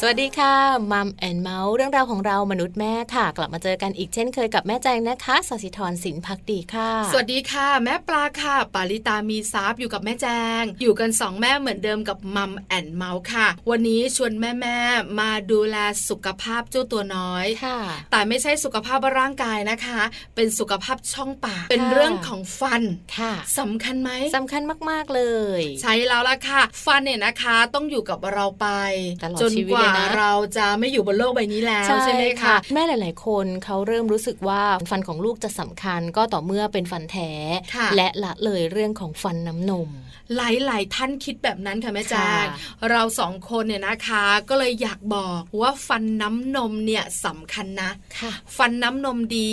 สวัสดีค่ะมัมแอนเมาส์เรื่องราวของเรามนุษย์แม่ค่ะ กลับมาเจอกันอีกเช่นเคยกับแม่แจงนะคะสศิธรสินพักดีค่ะ สวัสดีค่ะ แม่ปลาค่ะ ปาริตามีซับอยู่กับแม่แจง อยู่กันสองแม่เหมือนเดิมกับมัมแอนเมาส์ค่ะ วันนี้ชวนแม่แม่ๆมาดูแลสุขภาพเจ้าตัวน้อย ค่ะ แต่ไม่ใช่สุขภาพร่างกายนะคะ เป็นสุขภาพช่องปาก เป็น ค่ะ เรื่องของฟัน ค่ะ สำคัญไหม สำคัญมาก ๆ เลย ใช่แล้วล่ะค่ะ ฟันเนี่ยนะคะต้องอยู่กับเราไป ตลอด จน ชีวิต ก เล ว่าย นะ เราจะไม่อยู่บนโลกใบนี้แล้วใช่ไหมคะ แม่หลาย ๆ คนเขาเริ่มรู้สึกว่าฟันของลูกจะสำคัญก็ต่อเมื่อเป็นฟันแท้ ค่ะ และละเลยเรื่องของฟันน้ำนม หลาย ๆ ท่านคิดแบบนั้นค่ะแม่ ค่ะ แจางเราสองคนเนี่ยนะคะ ก็เลยอยากบอกว่าฟันน้ำนมเนี่ยสำคัญนะ ค่ะ ฟันน้ำนมดี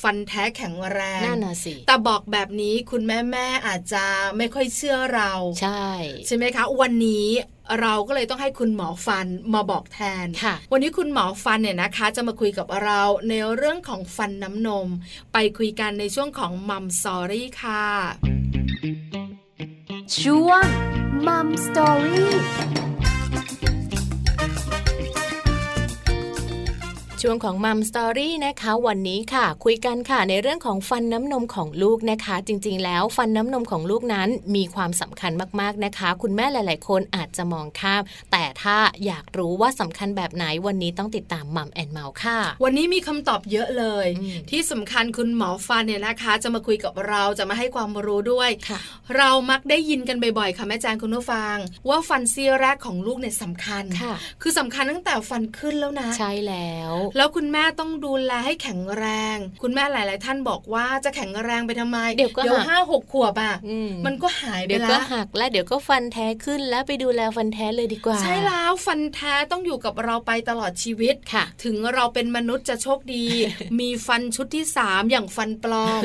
ฟันแท้แข็งแรง น่าน่ะสิ แต่บอกแบบนี้คุณแม่แม่ๆอาจจะไม่ค่อยเชื่อเรา ใช่ ใช่ไหมคะ วันนี้เราก็เลยต้องให้คุณหมอฟันมาบอกแทน ค่ะ วันนี้คุณหมอฟันเนี่ยนะคะ จะมาคุยกับเราในเรื่องของฟันน้ำนม ไปคุยกันในช่วงของมัมสอรี่ค่ะ ช่วงมัมสตอรี่ ช่วงของมัมสตอรี่นะคะ วันนี้ค่ะ คุยกันค่ะในเรื่องของฟันน้ำนมของลูกนะคะ จริงๆ แล้วฟันน้ำนมของลูกนั้นมีความสำคัญมากๆนะคะ คุณแม่หลาย ๆ คนอาจจะมองข้ามแต่ถ้าอยากรู้ว่าสำคัญแบบไหนวันนี้ต้องติดตามมัมแอนเมาค่ะ วันนี้มีคำตอบเยอะเลย อืม ที่สำคัญคุณหมอฟันเนี่ยนะคะ จะมาคุยกับเราจะมาให้ความรู้ด้วย ค่ะ เรามักได้ยินกันบ่อยๆค่ะแม่แจงคุณผู้ฟัง ว่าฟันซี่แรกของลูกเนี่ยสำคัญ ค่ะ คือสำคัญตั้งแต่ฟันขึ้นแล้วนะ ใช่แล้ว แล้วคุณแม่ต้องดูแลให้แข็งแรง คุณแม่หลาย ๆ ท่านบอกว่าจะแข็งแรงไปทำไม เดี๋ยวก็ ยว หัก ห้าหกขวบอ่ะ อื มันก็หายไป เดี๋ยวก็ ละ หักแล้วเดี๋ยวก็ฟันแท้ขึ้นแล้วไปดูแลฟันแท้เลยดีกว่า ใช่แล้วฟันแท้ต้องอยู่กับเราไปตลอดชีวิต ค่ะ ถึงเราเป็นมนุษย์จะโชค ดี มีฟันชุดที่ 3 อย่างฟันปลอม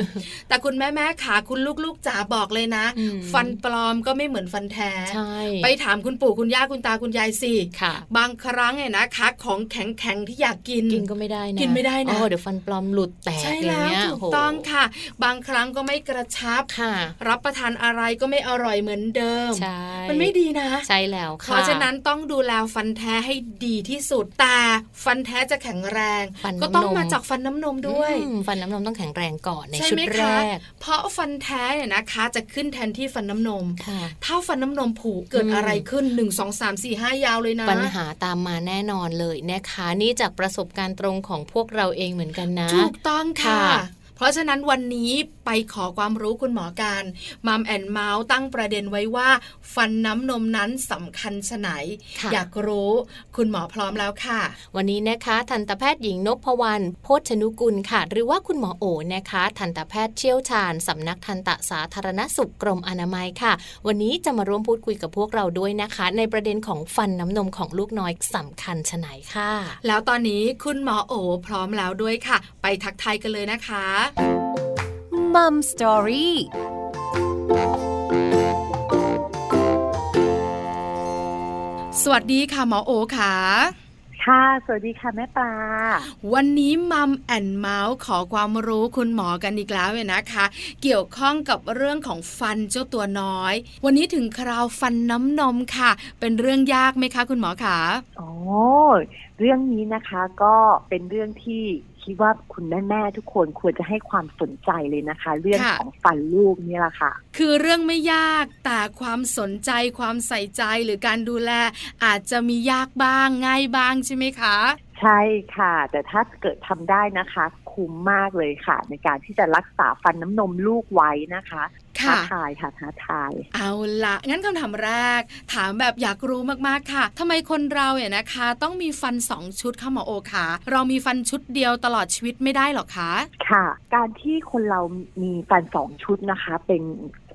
แต่คุณแม่แม่ขาคุณลูกๆจ๋าบอกเลยนะ อืม ฟันปลอมก็ไม่เหมือนฟันแท้ ใช่ ไปถามคุณปู่คุณย่าคุณตาคุณยายสิ ค่ะ บางครั้งเนี่ยนะคะ ของแข็งๆที่อยากกิน กินก็ไม่ได้นะ กินไม่ได้นะ อ๋อเดี๋ยวฟันปลอมหลุดแตก ใช่ อย่า แล้ ง ว เงี้ย ถูก โห ต้องค่ะ บางครั้งก็ไม่กระชับ ค่ะ รับประทานอะไรก็ไม่อร่อยเหมือนเดิม ใช่ มันไม่ดีนะ ใช่แล้ว เพ ค่ะ ราะฉะนั้นต้องดูแลฟันแท้ให้ดีที่สุดแต่ฟันแท้จะแข็งแรง ฟันน้ำน ก็ต้องมาจากฟันน้ำนมด้วย อืมฟันน้ำนมต้องแข็งแรงก่อนใน ใช่ ชุด ไหม แร คะ ก เพราะฟันแท้เนี่ยนะคะ จะขึ้นแทนที่ฟันน้ำนม ค่ะ ถ้าฟันน้ำนมผุเกิด อืม อะไรขึ้น 1 2 3 4 5 ยาวเลยนะ ปัญหาตามมาแน่นอนเลยนะคะ นี่จากประสบการณ์ตรงของพวกเราเองเหมือนกันนะ ถูกต้องค่ะ ค่ะ เพราะฉะนั้นวันนี้ไปขอความรู้คุณหมอการมัมแอนเมาส์ตั้งประเด็นไว้ว่า ฟันน้ำนมนั้นสำคัญชะไหน ค่ะ อยากรู้คุณหมอพร้อมแล้วค่ะ วันนี้นะคะทันตแพทย์หญิงนพวรรณโพชนุกุลค่ะ หรือว่าคุณหมอโอนะคะ ทันตแพทย์เชี่ยวชาญสำนักทันตสาธารณสุขกรมอนามัยค่ะ วันนี้จะมาร่วมพูดคุยกับพวกเราด้วยนะคะ ในประเด็นของฟันน้ำนมของลูกน้อยสำคัญชะไหนค่ะ แล้วตอนนี้คุณหมอโอพร้อมแล้วด้วยค่ะ ไปทักทายกันเลยนะคะ มัมสตอรี่ สวัสดีค่ะหมอโอค่ะ ค่ะ สวัสดีค่ะแม่ปลา วันนี้มัมแอนเมาส์ขอความรู้คุณหมอกันอีกแล้วเนี่ยนะคะ เกี่ยวข้องกับเรื่องของฟันเจ้าตัวน้อย วันนี้ถึงคราวฟันน้ำนมค่ะ เป็นเรื่องยากไหมคะ คุณหมอคะ โอ้ยเรื่องนี้นะคะก็เป็นเรื่องที่คิดว่าคุณแม่ๆทุกคนควรจะให้ความสนใจเลยนะคะ เรื่อง ค่ะ ของฟันลูกนี่แหละค่ะ คือเรื่องไม่ยากแต่ความสนใจความใส่ใจหรือการดูแล อาจจะมียากบ้างง่ายบ้างใช่ไหมคะ ใช่ค่ะ แต่ถ้าเกิดทำได้นะคะ คุ้มมากเลยค่ะ ในการที่จะรักษาฟันน้ำนมลูกไว้นะคะท้า ค่ะ ทายค่ะท้าทาย เอาละงั้นคำถามแรก ถามแบบอยากรู้มาก ๆ ค่ะทำไมคนเราเนี่ยนะคะ ต้องมีฟันสองชุดคะหมอโอคะเรามีฟันชุดเดียวตลอดชีวิตไม่ได้หรอคะ ค่ะ การที่คนเรามีฟันสองชุดนะคะ เป็น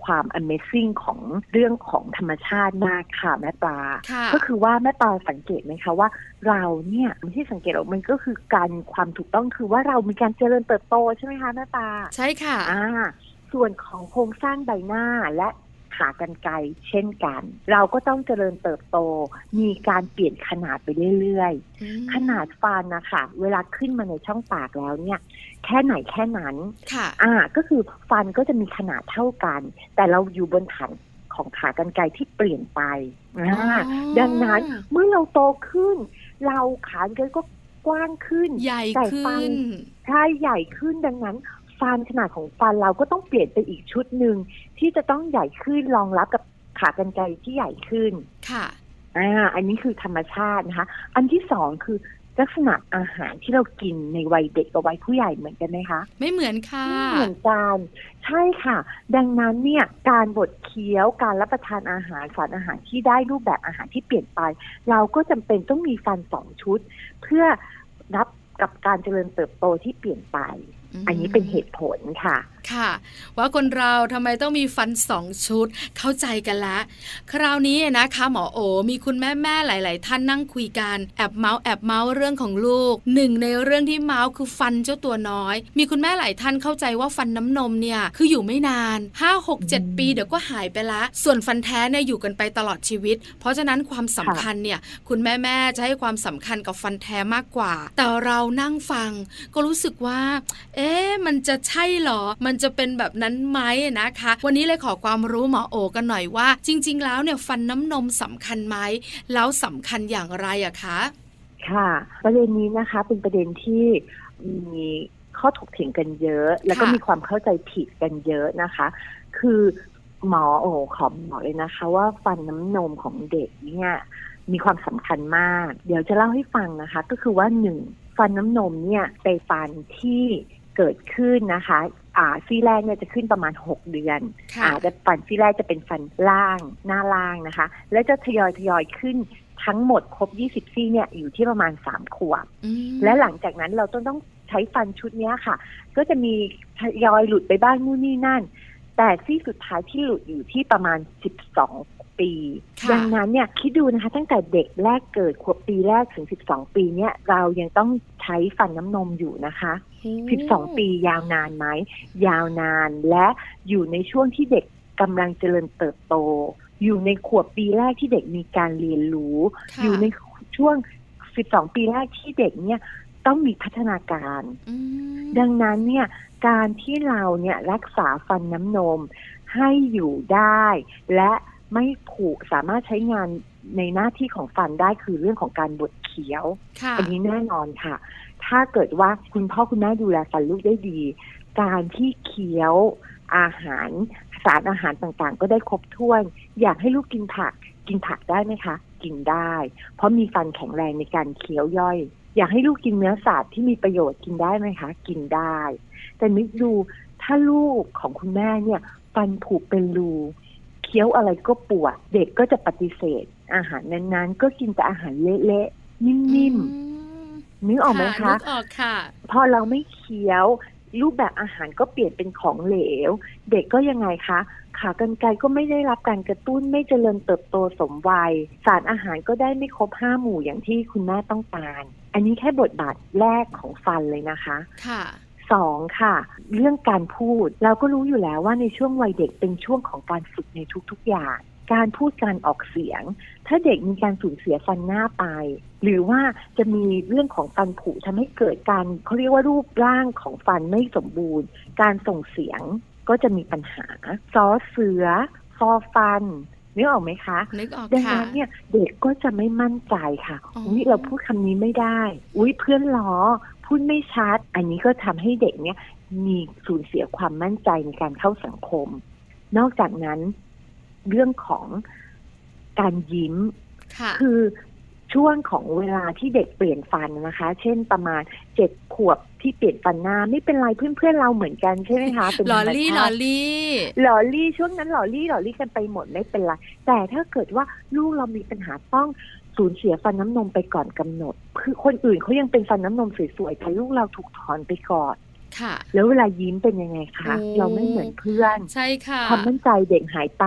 ความ Amazing ของเรื่องของธรรมชาติมากค่ะแม่ปลา ค่ะ ก็คือว่าแม่ปลาสังเกตไหมคะว่า เราเนี่ยไม่ใช่สังเกตหรอกมันก็คือการความถูกต้องคือว่าเรามีการเจริญเติบโตใช่ไหมคะแม่ปลา ใช่ค่ะ อ่า ส่วนของโครงสร้างใบหน้าและ ขากรรไกรเช่นกัน เราก็ต้องเจริญเติบโต มีการเปลี่ยนขนาดไปเรื่อย อืม ๆ ขนาดฟันนะคะเวลาขึ้นมาในช่องปากแล้วเนี่ย แค่ไหนแค่นั้น ค่ะ อ่าก็คือฟันก็จะมีขนาดเท่ากัน แต่เราอยู่บนฐานของขากรรไกรที่เปลี่ยนไปอ่าดังนั้นเมื่อเราโตขึ้น เราขากรรไกรก็กว้างขึ้น ใหญ่ แต่ ขึ้ ฟัน น ใช่ใหญ่ขึ้นดังนั้น ฟันขนาดของฟันเราก็ต้องเปลี่ยนไปอีกชุดหนึ่งที่จะต้องใหญ่ขึ้นรองรับกับขากรรไกรที่ใหญ่ขึ้น ค่ะ อ่าอันนี้คือธรรมชาตินะคะ อันที่สองคือลักษณะอาหารที่เรากินในวัยเด็กกับวัยผู้ใหญ่เหมือนกันไหมคะ ไม่เหมือนค่ะ เหมือนกันใช่ค่ะ ดังนั้นเนี่ยการบดเคี้ยวการรับประทานอาหารสารอาหารที่ได้รูปแบบอาหารที่เปลี่ยนไป เราก็จำเป็นต้องมีฟันสองชุด เพื่อรับกับการเจริญเติบโตที่เปลี่ยนไป อันนี้เป็นเหตุผลค่ะ ค่ะ ว่าคนเราทำไมต้องมีฟันสองชุด เข้าใจกันละคราวนี้นะคะหมอโอ มีคุณแม่แม่ๆหลาย ๆ ท่านนั่งคุยกันแอบเมาส์แอบเมาส์เรื่องของลูกหนึ่งในเรื่องที่เมาส์คือฟันเจ้าตัวน้อย มีคุณแม่หลายท่านเข้าใจว่าฟันน้ำนมเนี่ยคืออยู่ไม่นาน 5 6 7 ปีเดี๋ยวก็หายไปละ ส่วนฟันแท้เนี่ยอยู่กันไปตลอดชีวิต เพราะฉะนั้นความสำคัญเนี่ยคุณแม่แม่ๆจะให้ความสำคัญกับฟันแท้มากกว่า แต่เรานั่งฟัง ก็รู้สึกว่า เอ๊ะ มันจะใช่เหรอ มันจะเป็นแบบนั้นไหมนะคะ วันนี้เลยขอความรู้หมอโอกันหน่อยว่า จริง ๆ แล้วเนี่ยฟันน้ำนมสำคัญไหม แล้วสำคัญอย่างไรอะคะ ค่ะ ประเด็นนี้นะคะเป็นประเด็นที่มีข้อถกเถียงกันเยอะ แล้วก็ ค่ะ มีความเข้าใจผิดกันเยอะนะคะ คือหมอโอขอบอกเลยนะคะ ว่าฟันน้ำนมของเด็กเนี่ยมีความสำคัญมาก เดี๋ยวจะเล่าให้ฟังนะคะ ก็คือว่าหนึ่งฟันน้ำนมเนี่ยเป็นฟันที่เกิดขึ้นนะคะ อ่าซี่แรกเนี่ยจะขึ้นประมาณ 6 เดือน ค่ะ อาจจะฟันซี่แรกจะเป็นฟันล่างหน้าล่างนะคะ แล้วจะทยอยทยอยขึ้นทั้งหมดครบ 20 ซี่เนี่ยอยู่ที่ประมาณ 3 ขวบ อืม และหลังจากนั้นเราต้องต้องใช้ฟันชุดเนี้ยค่ะ ก็จะมีทยอยหลุดไปบ้างนู่นนี่นั่น แต่ซี่สุดท้ายที่หลุดอยู่ที่ประมาณ 12 ปี ค่ะ ดังนั้นเนี่ยคิดดูนะคะ ตั้งแต่เด็กแรกเกิดขวบปีแรกถึง 12 ปีเนี่ยเรายังต้องใช้ฟันน้ำนมอยู่นะคะ 12 ปียาวนานไหม ยาวนานและอยู่ในช่วงที่เด็กกำลังเจริญเติบโต อยู่ในขวบปีแรกที่เด็กมีการเรียนรู้ ค่ะ อยู่ในช่วง 12 ปีแรกที่เด็กเนี่ยต้องมีพัฒนาการ อืม ดังนั้นเนี่ยการที่เราเนี่ยรักษาฟันน้ำนมให้อยู่ได้ และไม่ผุสามารถใช้งานในหน้าที่ของฟันได้คือเรื่องของการบดเคี้ยว ค่ะ อันนี้แน่นอนค่ะ ถ้าเกิดว่าคุณพ่อคุณแม่ดูแลฟันลูกได้ดี การที่เคี้ยวอาหารสารอาหารต่างๆ ก็ได้ครบถ้วน อยากให้ลูกกินผัก กินผักได้ไหมคะ กินได้ เพราะมีฟันแข็งแรงในการเคี้ยวย่อย อยากให้ลูกกินเนื้อสัตว์ที่มีประโยชน์กินได้ไหมคะ กินได้ แต่นึกดูถ้าลูกของคุณแม่เนี่ยฟันผุเป็นรูเคี้ยวอะไรก็ปวด เด็กก็จะปฏิเสธ อาหารนั้นๆ ก็กินแต่อาหารเละๆนิ่มๆ นึกออกไหม นึ คะ กออกค่ะ พอเราไม่เคี้ยว รูปแบบอาหารก็เปลี่ยนเป็นของเหลว เด็กก็ยังไงคะขากรรไกรก็ไม่ได้รับการกระตุ้นไม่เจริญเติบโตสมวัย สารอาหารก็ได้ไม่ครบห้าหมู่อย่างที่คุณแม่ต้องการ อันนี้แค่บทบาทแรกของฟันเลยนะคะ ค่ะ สองค่ะ เรื่องการพูดเราก็รู้อยู่แล้วว่าในช่วงวัยเด็กเป็นช่วงของการฝึกในทุกๆอย่าง การพูดการออกเสียง ถ้าเด็กมีการสูญเสียฟันหน้าไป หรือว่าจะมีเรื่องของฟันผุทำให้เกิดการเขาเรียกว่ารูปร่างของฟันไม่สมบูรณ์ การส่งเสียงก็จะมีปัญหาซอเสือฟอฟันนึกออกไหมคะ นึกออก ดัง ค่ะ นั้นเนี่ยเด็กก็จะไม่มั่นใจค่ะ อ๋ออุ๊ อุ้ยเราพูดคำนี้ไม่ได้ อุ้ยเพื่อนล้อ พูดไม่ชัด อันนี้ก็ทำให้เด็กเนี่ยมีสูญเสียความมั่นใจในการเข้าสังคม นอกจากนั้นเรื่องของการยิ้ม ค่ะ คือช่วงของเวลาที่เด็กเปลี่ยนฟันนะคะ เช่นประมาณเจ็ดขวบที่เปลี่ยนฟันหน้าไม่เป็นไรเพื่อนๆเราเหมือนกันใช่ไหมคะเป็น ห ธ ล ร อ รม ลี่หล ชา อ ติ ลี่ หล่อลี่ช่วงนั้นหล่อลี่หล่อลี่กันไปหมดไม่เป็นไร แต่ถ้าเกิดว่าลูกเรามีปัญหาต้องสูญเสียฟันน้ำนมไปก่อนกำหนด คือคนอื่นเขายังเป็นฟันน้ำนมสวยๆแต่ลูกเราถูกถอนไปก่อน ค่ะ แล้วเวลายิ้มเป็นยังไงคะ โอ้ เราไม่เหมือนเพื่อน ใช่ค่ะ ความมั่นใจเด็กหายไป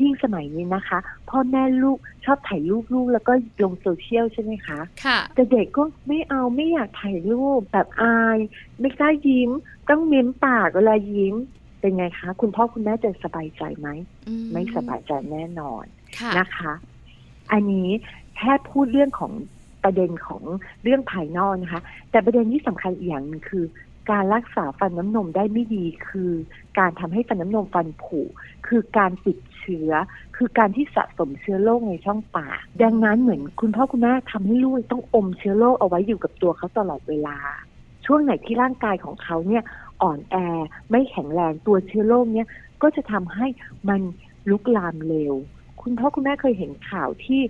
ยิ่งสมัยนี้นะคะ พ่อแม่ลูกชอบถ่ายรูปลูกแล้วก็ลงโซเชียลใช่ไหมคะ ค่ะ แต่เด็กก็ไม่เอาไม่อยากถ่ายรูปแบบอาย ไม่กล้ายิ้ม ต้องเม้มปากเวลายิ้ม เป็นไงคะ คุณพ่อคุณแม่จะสบายใจไหม อื ไม่สบายใจแน่นอน ค่ะ นะคะ อันนี้แค่พูดเรื่องของประเด็นของเรื่องภายนอกนะคะ แต่ประเด็นที่สำคัญอีกอย่างหนึงคือ การรักษาฟันน้ำนมได้ไม่ดี คือการทำให้ฟันน้ำนมฟันผุคือการติดเชื้อ คือการที่สะสมเชื้อโรคในช่องปาก ดังนั้นเหมือนคุณพ่อคุณแม่ทำให้ลูกต้องอมเชื้อโรคเอาไว้อยู่กับตัวเขาตลอดเวลา ช่วงไหนที่ร่างกายของเขาเนี่ยอ่อนแอไม่แข็งแรงตัวเชื้อโรคเนี่ย ก็จะทำให้มันลุกลามเร็ว คุณพ่อคุณแม่เคยเห็นข่าวที่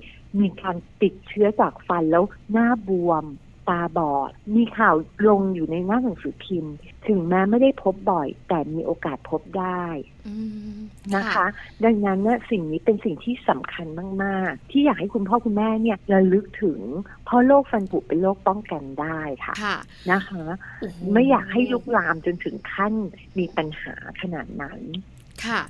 มีการติดเชื้อจากฟันแล้วหน้าบวม ตาบอด มีข่าวลงอยู่ในหน้าหนังสือพิมพ์ ถึงแม้ไม่ได้พบบ่อย แต่มีโอกาสพบได้ อืม นะคะ ดังนั้นเนี่ยสิ่งนี้เป็นสิ่งที่สำคัญมาก ๆ ที่อยากให้คุณพ่อคุณแม่เนี่ยระลึกถึง เพราะโรคฟันผุเป็นโรคป้องกันได้ค่ะ ค่ะ นะคะ โอ้โห ไม่อยากให้ลุกลามจนถึงขั้นมีปัญหาขนาดนั้น ค่ะ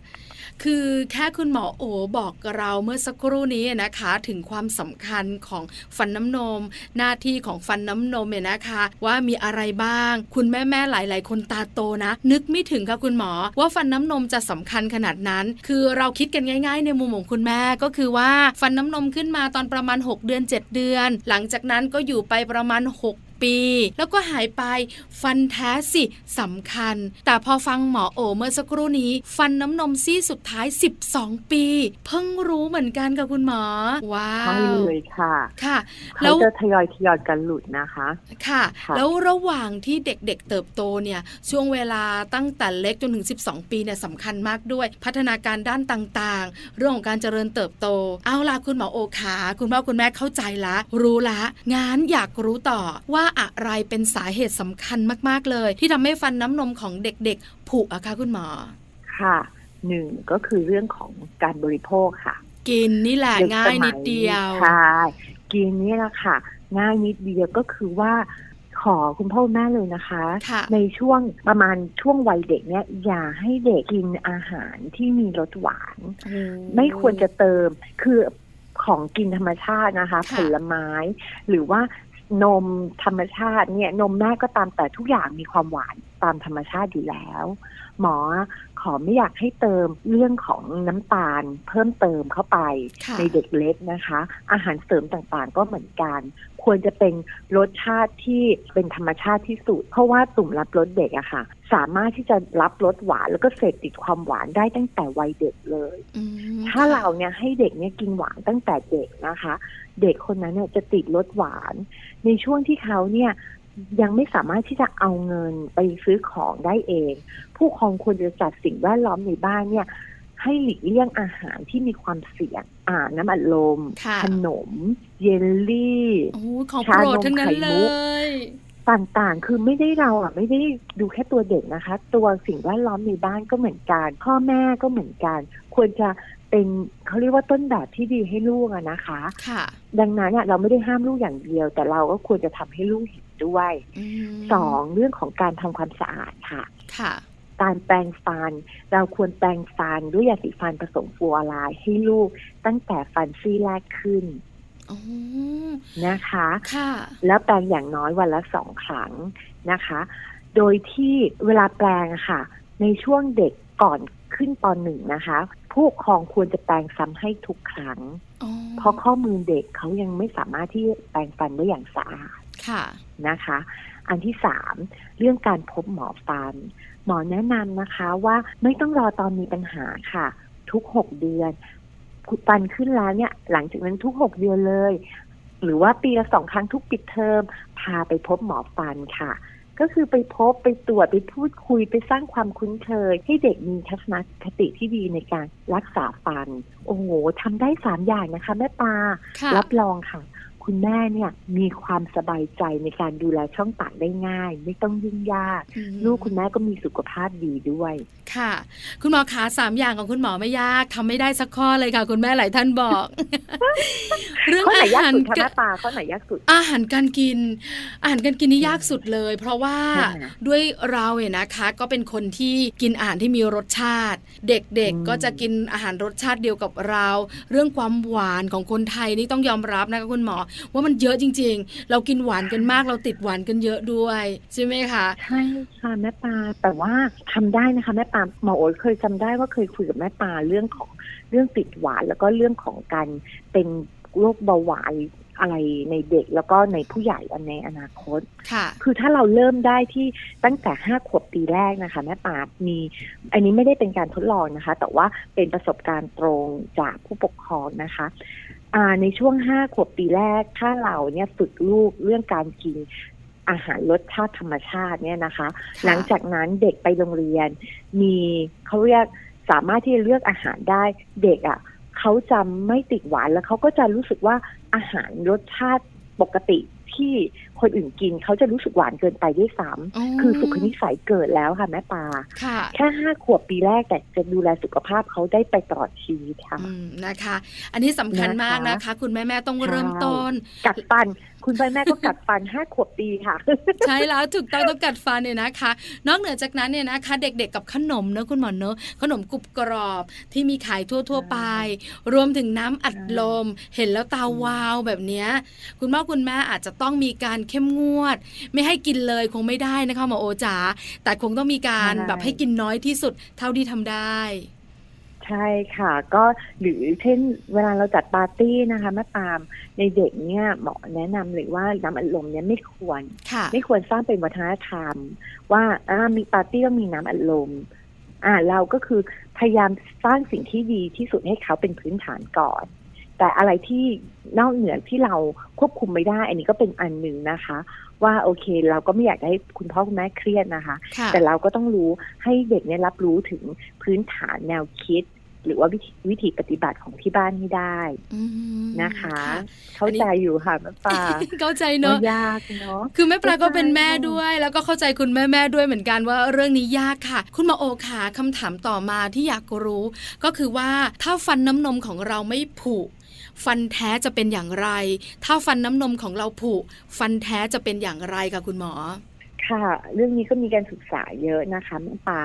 คือแค่คุณหมอโอบอกเราเมื่อสักครู่นี้นะคะ ถึงความสำคัญของฟันน้ำนม หน้าที่ของฟันน้ำนมเนี่ยนะคะ ว่ามีอะไรบ้าง คุณแม่แม่ๆหลาย ๆ คนตาโตนะ นึกไม่ถึงค่ะคุณหมอ ว่าฟันน้ำนมจะสำคัญขนาดนั้น คือเราคิดกันง่าย ๆ ในมุมของคุณแม่ก็คือว่าฟันน้ำนมขึ้นมาตอนประมาณ 6 เดือน 7 เดือน หลังจากนั้นก็อยู่ไปประมาณ 6 ปี แล้วก็หายไปฟันแท้สิสำคัญ แต่พอฟังหมอโอเมื่อสักครู่นี้ ฟันน้ำนมซี่สุดท้าย 12 ปี เพิ่งรู้เหมือนกันค่ะคุณหมอ ว้า ใช่ ว เลยค่ะ ค่ะ แล้ เขา ว จะทยอยทยอยๆกันหลุดนะคะ ค่ะ ค่ะ แล้วระหว่างที่เด็กๆเติบโตเนี่ย ช่วงเวลาตั้งแต่เล็กจนถึง 12 ปีเนี่ยสำคัญมากด้วย พัฒนาการด้านต่างๆ เรื่องของการเจริญเติบโต เอาล่ะคุณหมอโอขาคุณพ่อคุณแม่เข้าใจละ รู้ละงานอยากรู้ต่อว่าอะไรเป็นสาเหตุสำคัญมากๆเลย ที่ทำให้ฟันน้ำนมของเด็กๆผุอะคะคุณหมอ ค่ะหนึ่งก็คือเรื่องของการบริโภคค่ะ กินนี่แหละ เด็ก ง่า ส ย มั นิดเดียว ใช่กินนี่แหละค่ะ ง่ายนิดเดียวก็คือว่า ขอคุณพ่อคุณแม่เลยนะคะ ค่ะ ในช่วงประมาณช่วงวัยเด็กเนี่ย อย่าให้เด็กกินอาหารที่มีรสหวาน โอ้ ไม่ควรจะเติมคือของกินธรรมชาตินะคะ ค่ะ ผลไม้ หรือว่านมธรรมชาติเนี่ยนมแม่ก็ตามแต่ทุกอย่างมีความหวานตามธรรมชาติอยู่แล้ว หมอขอไม่อยากให้เติมเรื่องของน้ำตาลเพิ่มเติมเข้าไป ค่ะ ในเด็กเล็กนะคะ อาหารเสริมต่างๆ ก็เหมือนกัน ควรจะเป็นรสชาติที่เป็นธรรมชาติที่สุด เพราะว่าตุ่มรับรสเด็กอะค่ะ สามารถที่จะรับรสหวานแล้วก็เสพติดความหวานได้ตั้งแต่วัยเด็กเลย อืม ถ้าเราเนี่ยให้เด็กเนี่ยกินหวานตั้งแต่เด็กนะคะ เด็กคนนั้นเนี่ยจะติดรสหวาน ในช่วงที่เขาเนี่ยยังไม่สามารถที่จะเอาเงินไปซื้อของได้เอง ผู้ปกครองควรจะจัดสิ่งแวดล้อมในบ้านเนี่ย ให้หลีกเลี่ยงอาหารที่มีความเสี่ยงอ่าน้ำอัดลม ค่ะ ขนม เยลลี่ โอ้ของโปรดทั้งนั้นเลย ต่างๆ คือไม่ได้เราอ่ะไม่ได้ดูแค่ตัวเด็กนะคะ ตัวสิ่งแวดล้อมในบ้านก็เหมือนกัน พ่อแม่ก็เหมือนกัน ควรจะเป็นเขาเรียกว่าต้นแบบที่ดีให้ลูกอะนะคะ ค่ะ ดังนั้นเนี่ยเราไม่ได้ห้ามลูกอย่างเดียว แต่เราก็ควรจะทำให้ลูกเห็นด้วย ม สองเรื่องของการทำความสะอาดค่ะ ค่ะ การแปรงฟัน เราควรแปรงฟันด้วยยาสีฟันผสมฟลูออไรด์ให้ลูกตั้งแต่ฟันซี่แรกขึ้น อ๋อ นะคะ ค่ะ แล้วแปรงอย่างน้อยวันละสองครั้งนะคะ โดยที่เวลาแปรงอะค่ะ ในช่วงเด็กก่อนขึ้นปหนึ่งนะคะ ผู้ปกครองควรจะแปรงซ้ำให้ทุกครั้ง อ๋อ เพราะข้อมือเด็กเขายังไม่สามารถที่แปรงฟันได้อย่างสะอาด ค่ะ นะคะ อันที่สามเรื่องการพบหมอฟัน หมอแนะนำนะคะว่าไม่ต้องรอตอนมีปัญหาค่ะ ทุกหกเดือนฟันขึ้นแล้วเนี่ย หลังจากนั้นทุกหกเดือนเลย หรือว่าปีละสองครั้งทุกปิดเทอม พาไปพบหมอฟันค่ะ ก็คือไปพบไปตรวจไปพูดคุยไปสร้างความคุ้นเคย ให้เด็กมีทัศนคติที่ดีในการรักษาฟัน โอ้โหทำได้สามอย่างนะคะ แม่ปลา ค่ะ รับรองค่ะ คุณแม่เนี่ยมีความสบายใจในการดูแลช่องปากได้ง่าย ไม่ต้องยุ่งยาก อืม ลูกคุณแม่ก็มีสุขภาพดีด้วย ค่ะ คุณหมอขาสามอย่างของคุณหมอไม่ยากทำไม่ได้สักข้อเลยค่ะ คุณแม่หลายท่านบอก เรื่อง ข้อไหอายนาก หาร สุดคะ กะ แม่ปลาข้อไหนยากสุด อาหารการกิน อาหารการกินนี่ยากสุดเลย เพราะว่า ใช่ไหม ด้วยเราเนี่ยนะคะ ก็เป็นคนที่กินอาหารที่มีรสชาติ เด็ก อืม ๆก็จะกินอาหารรสชาติเดียวกับเรา เรื่องความหวานของคนไทยนี่ต้องยอมรับนะคะคุณหมอ ว่ามันเยอะจริง ๆ เรากินหวานกันมากเราติดหวานกันเยอะด้วยใช่ไหมคะ ใช่ค่ะแม่ปลาแต่ว่าทำได้นะคะแม่ปลาหมอโอ๊ตเคยจำได้ว่าเคยคุยกับแม่ปลาเรื่องของเรื่องติดหวานแล้วก็เรื่องของการเป็นโรคเบาหวานอะไรในเด็กแล้วก็ในผู้ใหญ่อันในอนาคต ค่ะ คือถ้าเราเริ่มได้ที่ตั้งแต่ห้าขวบปีแรกนะคะแม่ปาดมี อันนี้ไม่ได้เป็นการทดลองนะคะ แต่ว่าเป็นประสบการณ์ตรงจากผู้ปกครองนะคะอ่าในช่วงห้าขวบปีแรก ถ้าเราเนี่ยฝึกลูกเรื่องการกินอาหารรสชาติธรรมชาติเนี่ยนะคะ หลังจากนั้นเด็กไปโรงเรียน มีเขาเรียกสามารถที่จะเลือกอาหารได้ เด็กอะ่ะเขาจะไม่ติดหวานแล้วเขาก็จะรู้สึกว่าอาหารรสชาติปกติที่คนอื่นกินเขาจะรู้สึกหวานเกินไปด้วยซ้ำคือสุขนิสัยเกิดแล้วค่ะแม่ปลา ค่ะ แค่ห้าขวบปีแรกแต่จะดูแลสุขภาพเขาได้ไปตลอดชีวิตค่ะ อืมนะคะ อันนี้สำคัญ นะคะ มากนะคะ คุณแม่แม่ต้อง ใช่ เริ่มต้น กัดฟัน คุณพ่อแม่ก็กัดฟัน ห้าขวบปีค่ะ ใช่แล้วถูกต้องต้องกัดฟันเนี่ยนะคะ นอกเหนือจากนั้นเนี่ยนะคะ เด็กๆกับขนมเนอะคุณหมอเนอะขนมกรุบกรอบที่มีขายทั่ว ๆ ไป รวมถึงน้ำอัดลม เห็นแล้วตาวาวแบบเนี้ยคุณพ่อคุณแม่อาจจะต้องมีการเข้มงวด ไม่ให้กินเลยคงไม่ได้นะคะหมอโอจ๋าแต่คงต้องมีการ ใช่ แบบให้กินน้อยที่สุดเท่าที่ทำได้ ใช่ค่ะ ก็หรือเช่นเวลาเราจัดปาร์ตี้นะคะแม่ปาล์มในเด็กเนี่ยหมอแนะนำเลยว่าน้ำอัดลมเนี่ยไม่ควร ค่ะ ไม่ควรสร้างเป็นวัฒนธรรม ว่าอ่ามีปาร์ตี้ก็มีน้ำอัดลมอ่าเราก็คือพยายามสร้างสิ่งที่ดีที่สุดให้เขาเป็นพื้นฐานก่อน แต่อะไรที่นอกเหนือที่เราควบคุมไม่ได้ อันนี้ก็เป็นอันหนึ่งนะคะ ว่าโอเค เราก็ไม่อยากให้คุณพ่อคุณแม่เครียดนะคะ ค่ะ แต่เราก็ต้องรู้ให้เด็กเนี่ยรับรู้ถึงพื้นฐานแนวคิด หรือว่าวิธีวิธีปฏิบัติของที่บ้านให้ได้ อืม นะคะ เข้าใจอยู่ค่ะแม่ปลา เข้าใจเน ไม่ อะ ยากเนาะ คือแม่ปลาก็เป็นแม่ เข้าใจ ด้วย แล้วก็เข้าใจคุณแม่แม่ๆด้วยเหมือนกันว่าเรื่องนี้ยากค่ะ คุณหมอโอค่ะคำถามต่อมาที่อยากรู้ ก็คือว่าถ้าฟันน้ำนมของเราไม่ผุ ฟันแท้จะเป็นอย่างไร ถ้าฟันน้ำนมของเราผุ ฟันแท้จะเป็นอย่างไรค่ะคุณหมอ ค่ะ เรื่องนี้ก็มีการศึกษาเยอะนะคะแม่ปลา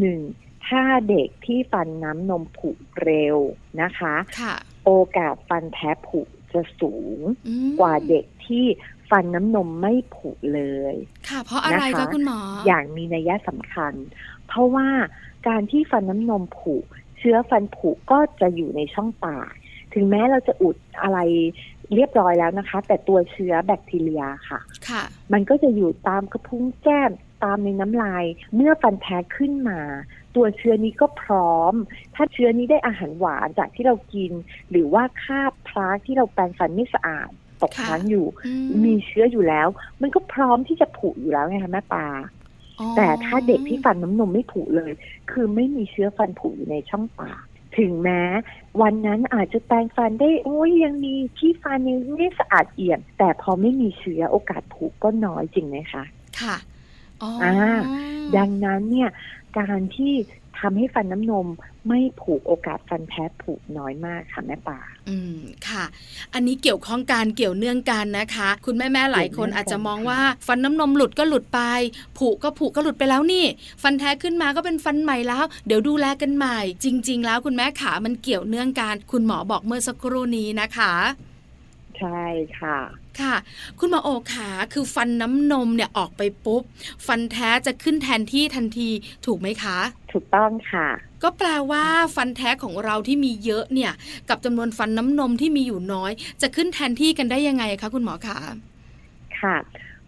หนึ่งถ้าเด็กที่ฟันน้ำนมผุเร็วนะคะ ค่ะ โอกาสฟันแท้ผุจะสูง อืม กว่าเด็กที่ฟันน้ำนมไม่ผุเลย ค่ะ เพราะอะไร นะคะ คะคุณหมอ อ อย่าง มีนัยสำคัญ เพราะว่าการที่ฟันน้ำนมผุ เชื้อฟันผุก็จะอยู่ในช่องปาก ถึงแม้เราจะอุดอะไรเรียบร้อยแล้วนะคะ แต่ตัวเชื้อแบคทีเรียค่ะ ค่ะ มันก็จะอยู่ตามกระพุ้งแก้มตามในน้ำลาย เมื่อฟันแท้ขึ้นมา ตัวเชื้อนี้ก็พร้อม ถ้าเชื้อนี้ได้อาหารหวานจากที่เรากิน หรือว่าคราบพลาสที่เราแปรงฟันไม่สะอาดตก ค่ะ ค้างอยู่ อื มีเชื้ออยู่แล้ว มันก็พร้อมที่จะผุอยู่แล้วไงคะแม่ปลา อ๋อ แต่ถ้าเด็กที่ฟันน้ำนมไม่ผุเลย คือไม่มีเชื้อฟันผุอยู่ในช่องปาก ถึงแม้ วันนั้นอาจจะแปรงฟันได้โอ้ยยังมีขี้ฟันยังไม่สะอาดเอี่ยม แต่พอไม่มีเชื้อโอกาสผุก็น้อยจริงไหมคะ ค่ะอ๋ออ า ดังนั้นเนี่ยการที่ทำให้ฟันน้ำนมไม่ผุโอกาสฟันแท้ผุน้อยมากค่ะแม่ป่า อืมค่ะ อันนี้เกี่ยวข้องกันเกี่ยวเนื่องกันนะคะ คุณแม่แม่ๆหลายคน เกี่ยวเนื่องกัน อาจจะมองว่าฟันน้ำนมหลุดก็หลุดไป ผุก็ผุก็หลุดไปแล้วนี่ ฟันแท้ขึ้นมาก็เป็นฟันใหม่แล้ว เดี๋ยวดูแลกันใหม่ จริง ๆ แล้วคุณแม่ขามันเกี่ยวเนื่องกัน คุณหมอบอกเมื่อสักครู่นี้นะคะ ใช่ค่ะ ค่ะ คุณหมอโอขาคือฟันน้ำนมเนี่ยออกไปปุ๊บ ฟันแท้จะขึ้นแทนที่ทันทีถูกไหมคะ ถูกต้องค่ะ ก็แปลว่าฟันแท้ของเราที่มีเยอะเนี่ย กับจำนวนฟันน้ำนมที่มีอยู่น้อย จะขึ้นแทนที่กันได้ยังไงคะคุณหมอคะ ค่ะ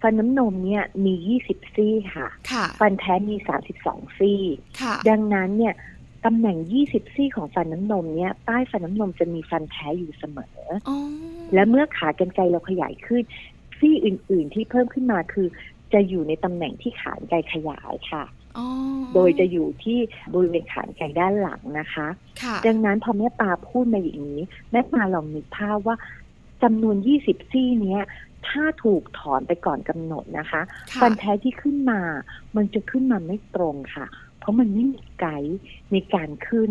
ฟันน้ำนมเนี่ยมี 20 ซี่ค่ะ ค่ะ ฟันแท้มี 32 ซี่ ค่ะ ดังนั้นเนี่ยตำแหน่ง 20 ซี่ของฟันน้ำนมเนี่ยใต้ฟันน้ำนมจะมีฟันแท้อยู่เสมอ อ๋อ และเมื่อขากรรไกรเราขยายขึ้น ซี่อื่น ๆ ที่เพิ่มขึ้นมาคือ จะอยู่ในตำแหน่งที่ขากรรไกรขยายค่ะ อ๋อ โดยจะอยู่ที่บริเวณขานไกรด้านหลังนะคะ ค่ะ ดังนั้นพอแม่ปลาพูดมาอย่างนี้ แม่ปลาลองนึกภาพว่าจำนวน 20 ซี่เนี้ย ถ้าถูกถอนไปก่อนกำหนดนะคะ ค่ะ ฟันแท้ที่ขึ้นมา มันจะขึ้นมาไม่ตรงค่ะ เพราะมันไม่มีไกด์ในการขึ้น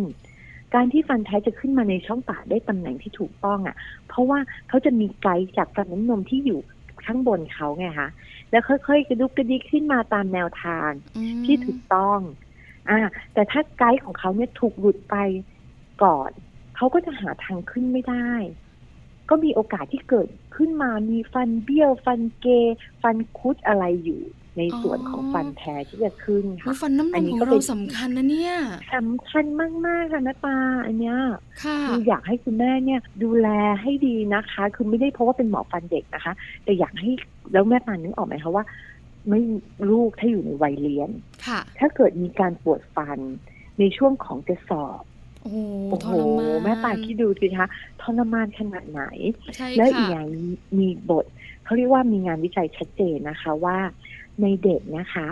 การที่ฟันแท้จะขึ้นมาในช่องปากได้ตำแหน่งที่ถูกต้องอะ่ะ เพราะว่าเขาจะมีไกด์จากฟันน้ำนมที่อยู่ข้างบนเขาไงคะ แล้วค่อยๆ กระดุกกระดิกขึ้นมาตามแนวทาง อืม ที่ถูกต้อง อ่า แต่ถ้าไกด์ของเขาเนี่ยถูกหลุดไปก่อน เขาก็จะหาทางขึ้นไม่ได้ ก็มีโอกาสที่เกิดขึ้นมามีฟันเบี้ยวฟันเกยฟันคุดอะไรอยู่ในส่วนของฟันแท้ที่จะขึ้น อุ๊ ค่ะ ยฟันน้ำน อัน ม นี้ ของ ก็ เรา เป็น สำคัญนะเนี่ย สำคัญมากๆค่ะนะตาอันเนี้ย ค่ะ คืออยากให้คุณแม่เนี่ยดูแลให้ดีนะคะ คือไม่ได้เพราะว่าเป็นหมอฟันเด็กนะคะ แต่อยากให้แล้วแม่ปานนึกออกไหมคะว่า ไม่ลูกถ้าอยู่ในวัยเรียน ค่ะ ถ้าเกิดมีการปวดฟันในช่วงของจะสอบ โอ้โห โอ้ ท โห รมาน แม่ปานคิดดูสิคะทรมานขนาดไหน ใช่ และอี ค่ะ กอย่างมีบทเขาเรียกว่ามีงานวิจัยชัดเจนนะคะว่าในเด็กนะคะ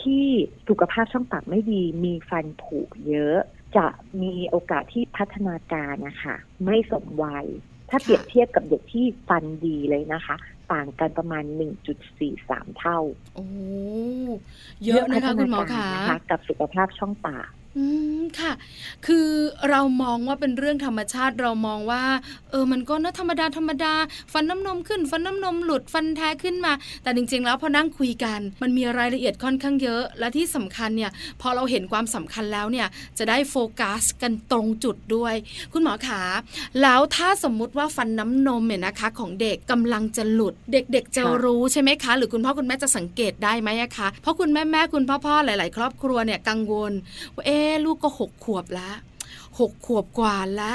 ที่สุขภาพช่องปากไม่ดี มีฟันผุเยอะ จะมีโอกาสที่พัฒนาการนะคะไม่สมวัย ถ้า ค่ะ เปรียบเทียบกับเด็กที่ฟันดีเลยนะคะ ต่างกันประมาณ 1.43 เท่า โอ้โหเยอะนะคะ เรื่ คุ ง ณหมอ พัฒน ค่ะ กรนะคะกับสุขภาพช่องปาก อืมค่ะ คือเรามองว่าเป็นเรื่องธรรมชาติเรามองว่า เออมันก็นะธรรมดาธรรมดา ฟันน้ำนมขึ้น ฟันน้ำนมหลุดฟันแท้ขึ้นมา แต่จริง ๆ แล้วพอนั่งคุยกัน มันมีรายละเอียดค่อนข้างเยอะ และที่สำคัญเนี่ย พอเราเห็นความสำคัญแล้วเนี่ย จะได้โฟกัสกันตรงจุดด้วย คุณหมอขาแล้วถ้าสมมุติว่าฟันน้ำนมเนี่ยนะคะ ของเด็กกำลังจะหลุด เด็กๆจะ ค่ะ รู้ใช่ไหมคะ หรือคุณพ่อคุณแม่จะสังเกตได้ไหมอะคะเพราะคุณแม่แม่ๆคุณพ่อๆหลาย ๆ ครอบครัวเนี่ยกังวล ว่าเอ๊ะลูกก็หกขวบละหกขวบกว่าละ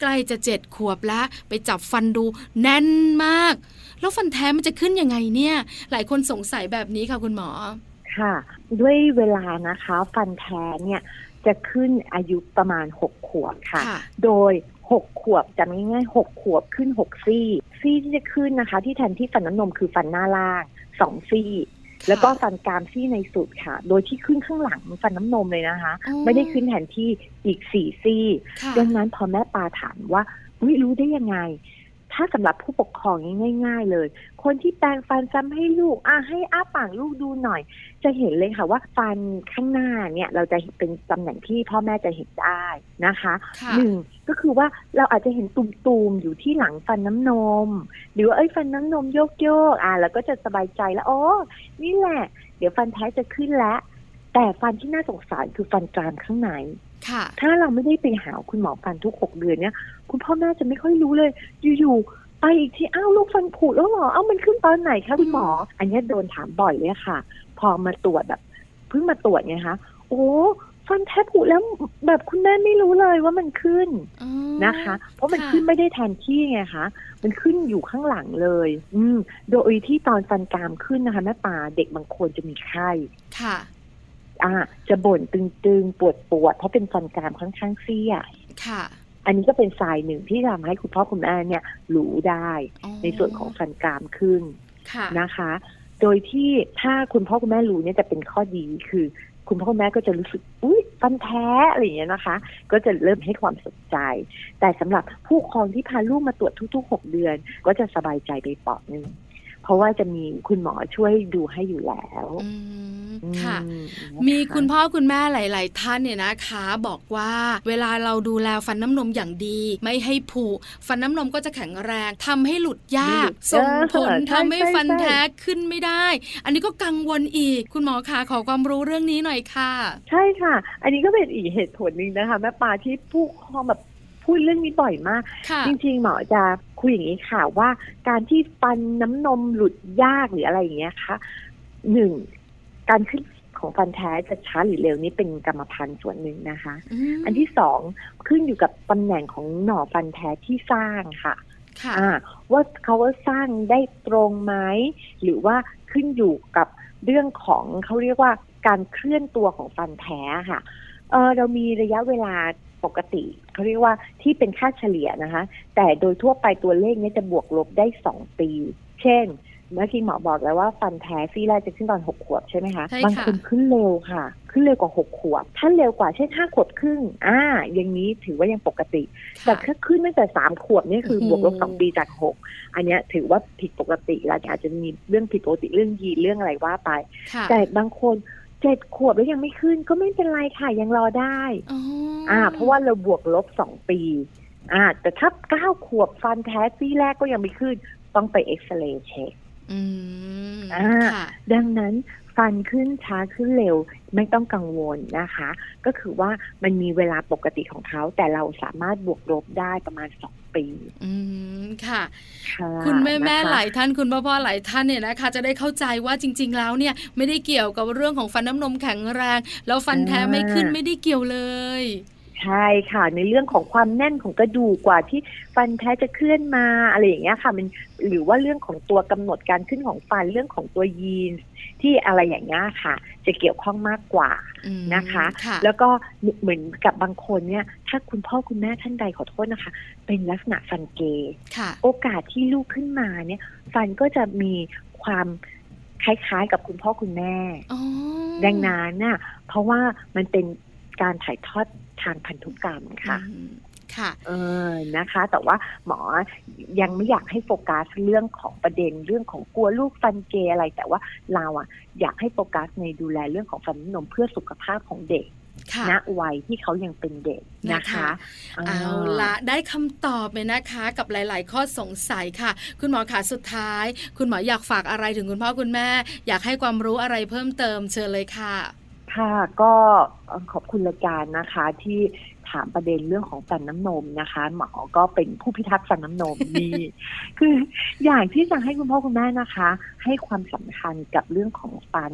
ใกล้จะเจ็ดขวบละไปจับฟันดูแน่นมาก แล้วฟันแท้มันจะขึ้นยังไงเนี่ย หลายคนสงสัยแบบนี้ค่ะคุณหมอ ค่ะ ด้วยเวลานะคะ ฟันแท้เนี่ยจะขึ้นอายุประมาณ 6 ขวบค่ะ ค่ะ โดย 6 ขวบจำง่ายๆ6ขวบขึ้น 6 ซี่ ซี่ที่จะขึ้นนะคะ ที่แทนที่ฟันน้ำนมคือฟันหน้าล่างสองซี่ แล้วก็ฟันกรามซี่ในสุดค่ะ โดยที่ขึ้นข้างหลังฟันน้ำนมเลยนะคะ อ๋อ ไม่ได้ขึ้นแทนที่อีกสี่ซี่ ค่ะ ดังนั้นพอแม่ปลาถามว่าอุ๊ยรู้ได้ยังไง ถ้าสำหรับผู้ปกครองง่าย ๆ เลย คนที่แปรงฟันซ้ำให้ลูกอ่ะให้อ้าปากลูกดูหน่อย จะเห็นเลยค่ะว่าฟันข้างหน้าเนี่ย เราจะเป็นตำแหน่งที่พ่อแม่จะเห็นได้นะคะ ค่ะ หนึ่งก็คือว่าเราอาจจะเห็นตุ่มๆอยู่ที่หลังฟันน้ำนม หรือว่าเอ้ยฟันน้ำนมโยกๆอ่ะเราก็จะสบายใจแล้วอ๋อนี่แหละ เดี๋ยวฟันแท้จะขึ้นแล้ว แต่ฟันที่น่าสงสารคือฟันกรามข้างใน ค่ะ ถ้าเราไม่ได้ไปหาคุณหมอฟันทุกหกเดือนเนี่ย คุณพ่อแม่จะไม่ค่อยรู้เลย อยู่ๆไปอีกทีอ้าวลูกฟันผุแล้วเหรอเอ้ามันขึ้นตอนไหนคะคุณหมอ อันเนี้ยโดนถามบ่อยเลยค่ะ พอมาตรวจแบบเพิ่งมาตรวจไงคะโอ้ฟันแทบผุแล้วแบบคุณแม่ไม่รู้เลยว่ามันขึ้น อ๋อ นะคะ เพราะมัน ค่ะ ขึ้นไม่ได้แทนที่ไงคะมันขึ้นอยู่ข้างหลังเลย อืมโดยที่ตอนฟันกรามขึ้นนะคะแม่ปลาเด็กบางคนจะมีไข้ ค่ะ อ่า จะบ่นตึงๆปวดปวดๆเพราะเป็นฟันกรามค่อนข้างเสีย ค่ะ อันนี้ก็เป็นทรายหนึ่งที่ทำให้คุณพ่อคุณแม่เนี่ยรู้ได้ อ๋อ ในส่วนของฟันกรามขึ้น ค่ะ นะคะ โดยที่ถ้าคุณพ่อคุณแม่รู้เนี่ยจะเป็นข้อดีคือ คุณพ่อคุณแม่ก็จะรู้สึกอุ้ยฟันแท้อะไรอย่างเงี้ยนะคะ ก็จะเริ่มให้ความสนใจ แต่สำหรับผู้ปกครองที่พาลูกมาตรวจทุกๆหกเดือน ก็จะสบายใจไปเปราะหนึงเพราะว่าจะมีคุณหมอช่วยดูให้อยู่แล้ว อืมค่ะ อืนะคะ มีคุณพ่อคุณแม่หลาย ๆ ท่านเนี่ยนะคะ บอกว่าเวลาเราดูแลฟันน้ำนมอย่างดี ไม่ให้ผุฟันน้ำนมก็จะแข็งแรงทำให้หลุดยาก ไม่หลุด ส่งผล เออใช่ ทำให้ ใช่ ฟัน ใช่ แท้ขึ้นไม่ได้ อันนี้ก็กังวลอีก คุณหมอคะขอความรู้เรื่องนี้หน่อยค่ะ ใช่ค่ะ อันนี้ก็เป็นอีกเหตุผลหนึ่งนะคะแม่ปลาที่ผู้ปกครองแบบพูดเรื่องนี้บ่อยมาก ค่ะ จริงๆหมอจะคุยอย่างนี้ค่ะว่าการที่ฟันน้ำนมหลุดยากหรืออะไรอย่างเงี้ยค่ะหนึ่งการขึ้นของฟันแท้จะช้าหรือเร็วนี้เป็นกรรมพันธุ์ส่วนหนึ่งนะคะ อันที่สองขึ้นอยู่กับตำแหน่งของหน่อฟันแท้ที่สร้างค่ะ ค่ะ อ่าว่าเขาว่าสร้างได้ตรงไหมหรือว่าขึ้นอยู่กับเรื่องของเขาเรียกว่าการเคลื่อนตัวของฟันแท้ค่ะเออเรามีระยะเวลาปกติเขาเรียกว่าที่เป็นค่าเฉลี่ยนะคะ แต่โดยทั่วไปตัวเลขเนี้จะบวกลบได้สองปี เช่น เมื่อกี้หมอบอกแล้วว่าฟันแท้ซี่แรกจะขึ้นตอนหกขวบใช่ไหมคะ ใช่ค่ะ บางคนขึ้นเร็วค่ะ ขึ้นเร็วกว่าหกขวบ ถ้าเร็วกว่าเช่นห้าขวบครึ่งอ่า อย่างนี้ถือว่ายังปกติ แต่ ค่ะ ถ้าขึ้นตั้งแต่สามขวบเนี่ยคือ โอ้โห บวกลบสองปีจากหกอันเนี้ยถือว่าผิดปกติแล้วอาจจะมีเรื่องผิดปกติเรื่องยีนเรื่องอะไรว่าไป ค่ะ แต่บางคนเจ็ดขวบแล้วยังไม่ขึ้นก็ไม่เป็นไรค่ะยังรอได้ อ๋อ อ่า เพราะว่าเราบวกลบสองปี อ่า แต่ถ้าเก้าขวบฟันแท้ซี่แรกก็ยังไม่ขึ้น ต้องไปเอ็กซเรย์เช็ค อืม อ่า ค่ะ ดังนั้น ฟันขึ้นช้าขึ้นเร็วไม่ต้องกังวลนะคะ ก็คือว่ามันมีเวลาปกติของเขา แต่เราสามารถบวกลบได้ประมาณสองปี อืมค่ะ ะ คุณแม่แม่ นะคะ หลายท่านคุณพ่อพ่อหลายท่านเนี่ยนะคะ จะได้เข้าใจว่าจริง ๆ แล้วเนี่ยไม่ได้เกี่ยวกับเรื่องของฟันน้ำนมแข็งแรง แล้วฟันแท้ไม่ขึ้น อ่า ไม่ได้เกี่ยวเลย ใช่ค่ะในเรื่องของความแน่นของกระดูกกว่าที่ฟันแท้จะเคลื่อนมาอะไรอย่างเงี้ยค่ะมันหรือว่าเรื่องของตัวกำหนดการขึ้นของฟันเรื่องของตัวยีนส์ที่อะไรอย่างเงี้ยค่ะ จะเกี่ยวข้องมากกว่า อืม นะคะ ค่ะ แล้วก็เหมือนกับบางคนเนี่ย ถ้าคุณพ่อคุณแม่ท่านใดขอโทษนะคะ เป็นลักษณะฟันเกย ค่ะ โอกาสที่ลูกขึ้นมาเนี่ย ฟันก็จะมีความคล้ายๆกับคุณพ่อคุณแม่ อ๋อ ดังนั้นน่ะเพราะว่ามันเป็นการถ่ายทอดทางพันธุกรรมค่ะ อืมค่ะ เออนะคะ แต่ว่าหมอยังไม่อยากให้โฟกัสเรื่องของประเด็นเรื่องของกลัวลูกฟันเกยอะไร แต่ว่าเราอะอยากให้โฟกัสในดูแลเรื่องของฟันนมเพื่อสุขภาพของเด็ก ค่ะ ณวัยที่เขายังเป็นเด็กนะคะ เอาละได้คำตอบเลยนะคะกับหลาย ๆ ข้อสงสัยค่ะ คุณหมอขาสุดท้าย คุณหมออยากฝากอะไรถึงคุณพ่อคุณแม่ อยากให้ความรู้อะไรเพิ่มเติมเชิญเลยค่ะ ค่ะก็ขอบคุณรายการนะคะ ที่ถามประเด็นเรื่องของฟันน้ำนมนะคะ หมอก็เป็นผู้พิทักษ์ฟันน้ำนม มีคืออย่างที่จะให้คุณพ่อคุณแม่นะคะ ให้ความสำคัญกับเรื่องของฟัน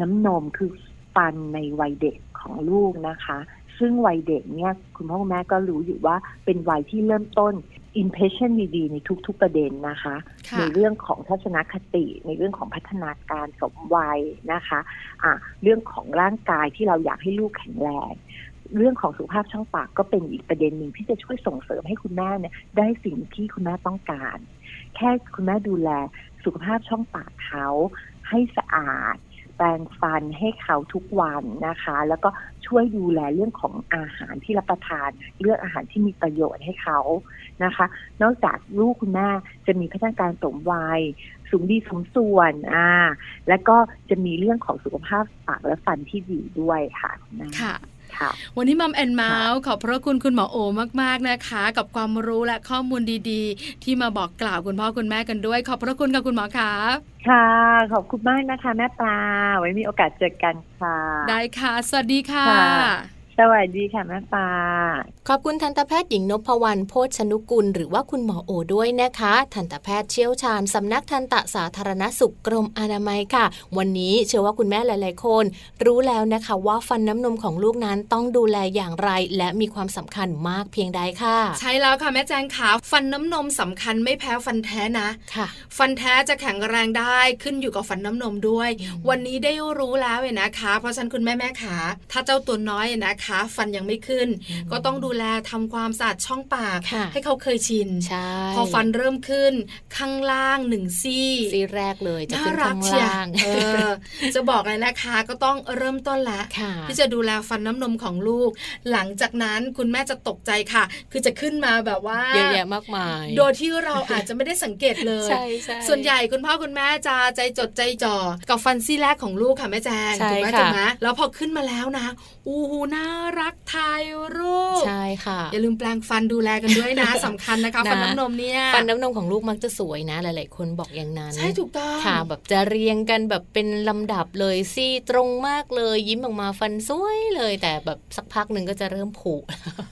น้ำนมคือฟันในวัยเด็กของลูกนะคะ ซึ่งวัยเด็กเนี่ยคุณพ่อคุณแม่ก็รู้อยู่ว่าเป็นวัยที่เริ่มต้น impression ดีๆในทุก ๆประเด็นนะคะ ค่ะ ในเรื่องของทัศนคติในเรื่องของพัฒนาการสมวัยนะคะอ่ะเรื่องของร่างกายที่เราอยากให้ลูกแข็งแรง เรื่องของสุขภาพช่องปากก็เป็นอีกประเด็นหนึ่งที่จะช่วยส่งเสริมให้คุณแม่เนี่ยได้สิ่งที่คุณแม่ต้องการ แค่คุณแม่ดูแลสุขภาพช่องปากเขาให้สะอาด แปรงฟันให้เขาทุกวันนะคะ แล้วก็ช่วยดูแลเรื่องของอาหารที่รับประทาน เลือกอาหารที่มีประโยชน์ให้เขานะคะ นอกจากลูกคุณแม่จะมีพัฒนาการสมวัยสูงดีสมส่วนอ่าแล้วก็จะมีเรื่องของสุขภาพปากและฟันที่ดีด้วยค่ะณแม่ ค่ะ ค่ะ วันนี้มัมแอนเมาส์ขอบพระคุณคุณหมอโอมากๆนะคะ กับความรู้และข้อมูลดีๆ ที่มาบอกกล่าวคุณพ่อคุณแม่กันด้วย ขอบพระคุณกับคุณหมอครับ ค่ะ ขอบคุณมากนะคะ แม่ปลา ไว้มีโอกาสเจอกันค่ะ ได้ค่ะ สวัสดีค่ะ ค่ะ สวัสดีค่ะ แม่ปลา ขอบคุณทันตแพทย์หญิงนพวรรณโพชนุกุล หรือว่าคุณหมอโอด้วยนะคะ ทันตแพทย์เชี่ยวชาญสำนักทันตสาธารณสุขกรมอนามัยค่ะ วันนี้เชื่อว่าคุณแม่หลาย ๆ คน รู้แล้วนะคะว่าฟันน้ำนมของลูกนั้นต้องดูแลอย่างไร และมีความสำคัญมากเพียงใดค่ะ ใช่แล้วค่ะแม่แจงขาฟันน้ำนมสำคัญไม่แพ้ฟันแท้นะ ค่ะ ฟันแท้จะแข็งแรงได้ขึ้นอยู่กับฟันน้ำนมด้วย วันนี้ได้รู้แล้วเนี่ยนะคะ เพราะฉะนั้นคุณแม่แม่ขาถ้าเจ้าตัวน้อยเนี่ยนะคะ ฟันยังไม่ขึ้น อืม ก็ต้องดูแลทำความสะอาดช่องปาก ค่ะ ให้เขาเคยชิน ใช่ พอฟันเริ่มขึ้นข้างล่างหนึ่งซี่ ซีแรกเลยจะ น่า ขึ้น รั ข้าก ง เชีย ล่าง เออ จะบอกเลยนะคะก็ต้องเริ่มต้นละ ค่ะ ที่จะดูแลฟันน้ำนมของลูก หลังจากนั้นคุณแม่จะตกใจค่ะ คือจะขึ้นมาแบบว่า เยอะแยะมากมาย โดยที่เราอาจจะไม่ได้สังเกตเลย ใช่ใช่ ส่วนใหญ่คุณพ่อคุณแม่จะใจจดใจจ่อกับฟันซี่แรกของลูกค่ะแม่แจง ใช่ ถูกไหม ค่ะ ถูกไหมแล้วพอขึ้นมาแล้วนะอู้หูน่ารักทายรูป ใช่ค่ะ อย่าลืมแปลงฟันดูแลกันด้วยนะ สำคัญนะคะ นะ ฟันน้ำนมเนี่ย ฟันน้ำนมของลูกมักจะสวยนะ หลาย ๆ คนบอกอย่างนั้น ใช่ถูกต้อง ค่ะแบบจะเรียงกันแบบเป็นลำดับเลยซี่ตรงมากเลย ยิ้มออกมาฟันสวยเลย แต่แบบสักพักหนึ่งก็จะเริ่มผุ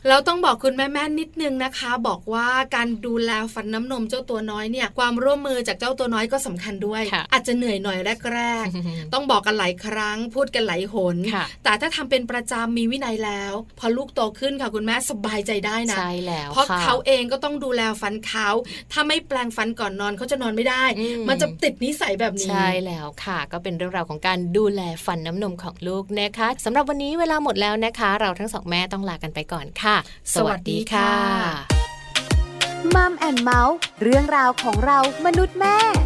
เราต้องบอกคุณแม่ๆนิดนึงนะคะ บอกว่าการดูแลฟันน้ำนมเจ้าตัวน้อยเนี่ยความร่วมมือจากเจ้าตัวน้อยก็สำคัญด้วย ค่ะ อาจจะเหนื่อยหน่อยแรกๆ ต้องบอกกันหลายครั้งพูดกันหลายหน ค่ะ แต่ถ้าทำเป็นประจำมีวินัยแล้ว พอลูกโตขึ้นค่ะคุณแม่สบายใจได้นะ ใช่แล้ว เพราะ ค่ เขาเองก็ต้องดูแลฟันเขา ถ้าไม่แปลงฟันก่อนนอนเขาจะนอนไม่ได้ อื มันจะติดนิสัยแบบนี้ ใช่แล้วค่ะ ก็เป็นเรื่องราวของการดูแลฟันน้ำนมของลูกนะคะสำหรับวันนี้เวลาหมดแล้วนะคะ เราทั้งสองแม่ต้องลากันไปก่อนค่ะ สวัสดีค่ะ มัมแอนเมาส์เรื่องราวของเรามนุษย์แม่